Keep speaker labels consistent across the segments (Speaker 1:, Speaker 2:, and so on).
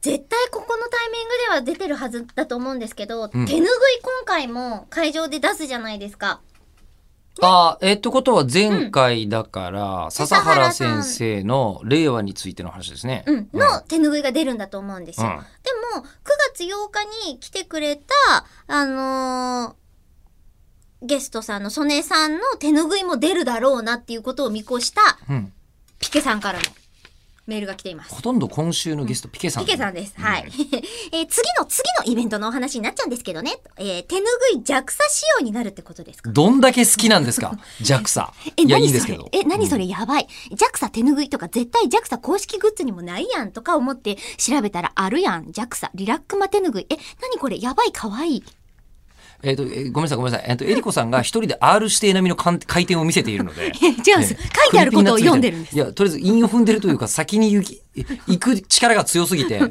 Speaker 1: 絶対ここのタイミングでは出てるはずだと思うんですけど、
Speaker 2: うん
Speaker 1: 手拭い今回も会場で出すじゃないですか。
Speaker 2: あーえーってことは前回だから、笹原先生の令和についての話ですね。
Speaker 1: うん。
Speaker 2: うん
Speaker 1: の手拭いが出るんだと思うんですよ。
Speaker 2: うん
Speaker 1: でも、9月8日に来てくれた、あのーゲストさんの曽根さんの手拭いも出るだろうなっていうことを見越した
Speaker 2: うん
Speaker 1: ピケさんからもメールが来ています。
Speaker 2: ほとんど今週のゲスト、ピケさん。
Speaker 1: ピケさんです。はい。えー次の、次のイベントのお話になっちゃうんですけどね。えー手拭い弱さ仕様になるってことですか
Speaker 2: どんだけ好きな んですか ?JAXA。
Speaker 1: え、
Speaker 2: いや、い
Speaker 1: 何
Speaker 2: いん
Speaker 1: それ
Speaker 2: ですけど。
Speaker 1: え、何そ
Speaker 2: うん
Speaker 1: れやばい。JAXA 手拭いとか絶対 JAXA 公式グッズにもないやんとか思って調べたらあるやん。JAXA リラックマ手拭い。え、何これやばいかわい い。
Speaker 2: えっ、と、えーごめんなさい、ごめんなさい。えっ、と、えりこさんが一人で R 指定並みのかん回転を見せてい るので。
Speaker 1: え、違うんです。書いてあることを読んでるんです。
Speaker 2: いや、とりあえず韻を踏んでるというか、先に行き、行く力が強すぎて、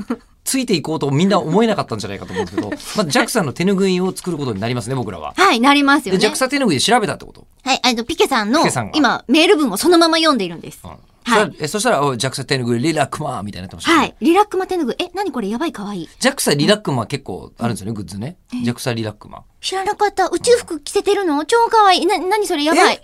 Speaker 2: ついていこうとみんな思えなかったんじゃないかと思うんですけど、まあ、JAXA の手拭いを作ることになりますね、僕らは。
Speaker 1: はい、なりますよ
Speaker 2: で、
Speaker 1: ね。
Speaker 2: JAXA 手拭いで調べたってこと。
Speaker 1: はい、あの、ピケさんの
Speaker 2: ピケさんが
Speaker 1: 今、メール文をそのまま読んでいるんです。
Speaker 2: うん
Speaker 1: はい
Speaker 2: そしたらえそしたら、おい JAXA 手拭い、リラックマーみたいになってました、
Speaker 1: はい、リラックマ手拭い。え、何これやばいかわいい。
Speaker 2: JAXA リラックマー結構あるんですよね、グッズね。JAXA リラックマー。
Speaker 1: 知らなかった。宇宙服着せてるの超かわいい。な、何それやばい
Speaker 2: え。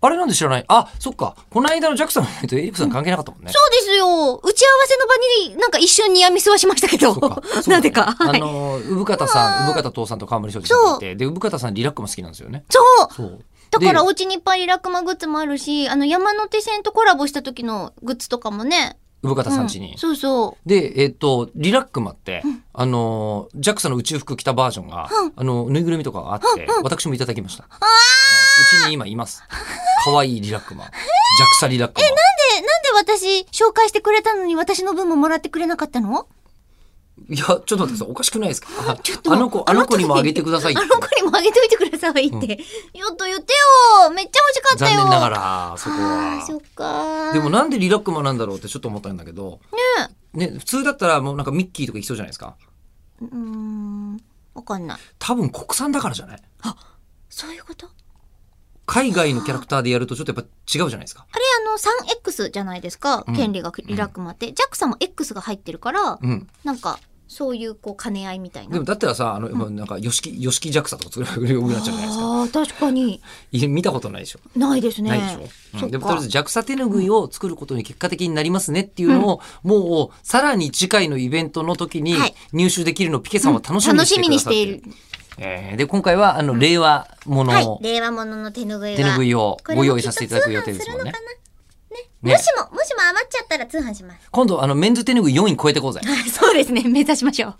Speaker 2: あれなんで知らないあ、そっか。この間の JAXA のイベント、エリコさん関係なかったもんね。
Speaker 1: そうですよ。打ち合わせの場になんか一瞬ニアミスはしましたけど
Speaker 2: そうか。そうだね
Speaker 1: なぜか。は
Speaker 2: あ
Speaker 1: い。
Speaker 2: の、産方さん、産方父さんと川森翔司さんがいて、で、産方さんリラックマ好きなんですよね。
Speaker 1: そう。
Speaker 2: そう。
Speaker 1: だからお
Speaker 2: で、
Speaker 1: 家にいっぱいリラックマグッズもあるし、あの山手線とコラボした時のグッズとかもね。
Speaker 2: 産方さん
Speaker 1: う
Speaker 2: 家に。
Speaker 1: そうそう。
Speaker 2: で、えっと、リラックマって、あの、JAXA の宇宙服着たバージョンが、あの、ぬいぐるみとかがあって、私もいただきました。うんうちに今います。可愛いリラックマ。JAXA リラックマ。
Speaker 1: え、なんで私紹介してくれたのに私の分ももらってくれなかったの
Speaker 2: いや、ちょっと待ってください。おかしくないですか
Speaker 1: ちょっと
Speaker 2: あの子、あの子にもあげてくださいっ
Speaker 1: あ
Speaker 2: て
Speaker 1: の。子にもあげといてくださいって。よっと言ってよめっちゃ欲しかった
Speaker 2: 残
Speaker 1: よ
Speaker 2: 念ながら、そこ
Speaker 1: あ
Speaker 2: は
Speaker 1: ー。そっかー
Speaker 2: でもなんでリラックマなんだろうってちょっと思ったんだけど。ね。普通だったらもうなんかミッキーとかいきそうじゃないですか。
Speaker 1: うーん、わかんない。
Speaker 2: 多分国産だからじゃない
Speaker 1: そういうこと
Speaker 2: 海外のキャラクターでやるとちょっとやっぱ違うじゃないですか。
Speaker 1: あれ、あの、3X じゃないですか。
Speaker 2: うん
Speaker 1: 権利がリラックマって。ジャックさんも X が入ってるから、
Speaker 2: うん。
Speaker 1: なんか、そういう、こう、兼ね合いみたい
Speaker 2: で
Speaker 1: な。
Speaker 2: もだったらさ、あの、もうなんか、ヨシキ、ヨシキジャクサとか作るようになっちゃうじゃないですか
Speaker 1: ああ、確かに。
Speaker 2: いや。見たことないでしょ。
Speaker 1: ないですね。
Speaker 2: ないでしょ。
Speaker 1: そ
Speaker 2: うん、で
Speaker 1: っ
Speaker 2: もと
Speaker 1: か
Speaker 2: りあえず、ジャクサ手拭いを作ることに結果的になりますねっていうのを、もう、さらに次回のイベントの時に
Speaker 1: はい
Speaker 2: 入手できるのをピケさんは楽しみに
Speaker 1: 楽
Speaker 2: して
Speaker 1: し
Speaker 2: くださってる。
Speaker 1: みにしている。
Speaker 2: えーで、今回は、あの、令和もの
Speaker 1: はい
Speaker 2: を。、
Speaker 1: 令和物の手ぬぐい
Speaker 2: 手
Speaker 1: が。
Speaker 2: 拭いを
Speaker 1: これ
Speaker 2: ご
Speaker 1: も
Speaker 2: 用意させていただく予定ですもんね
Speaker 1: きっと通販。
Speaker 2: ね
Speaker 1: もし も、もしも余っちゃったら通販します。
Speaker 2: 今度あのメンズ手拭い4位超えてこうぜ。
Speaker 1: そうですね。目指しましょう。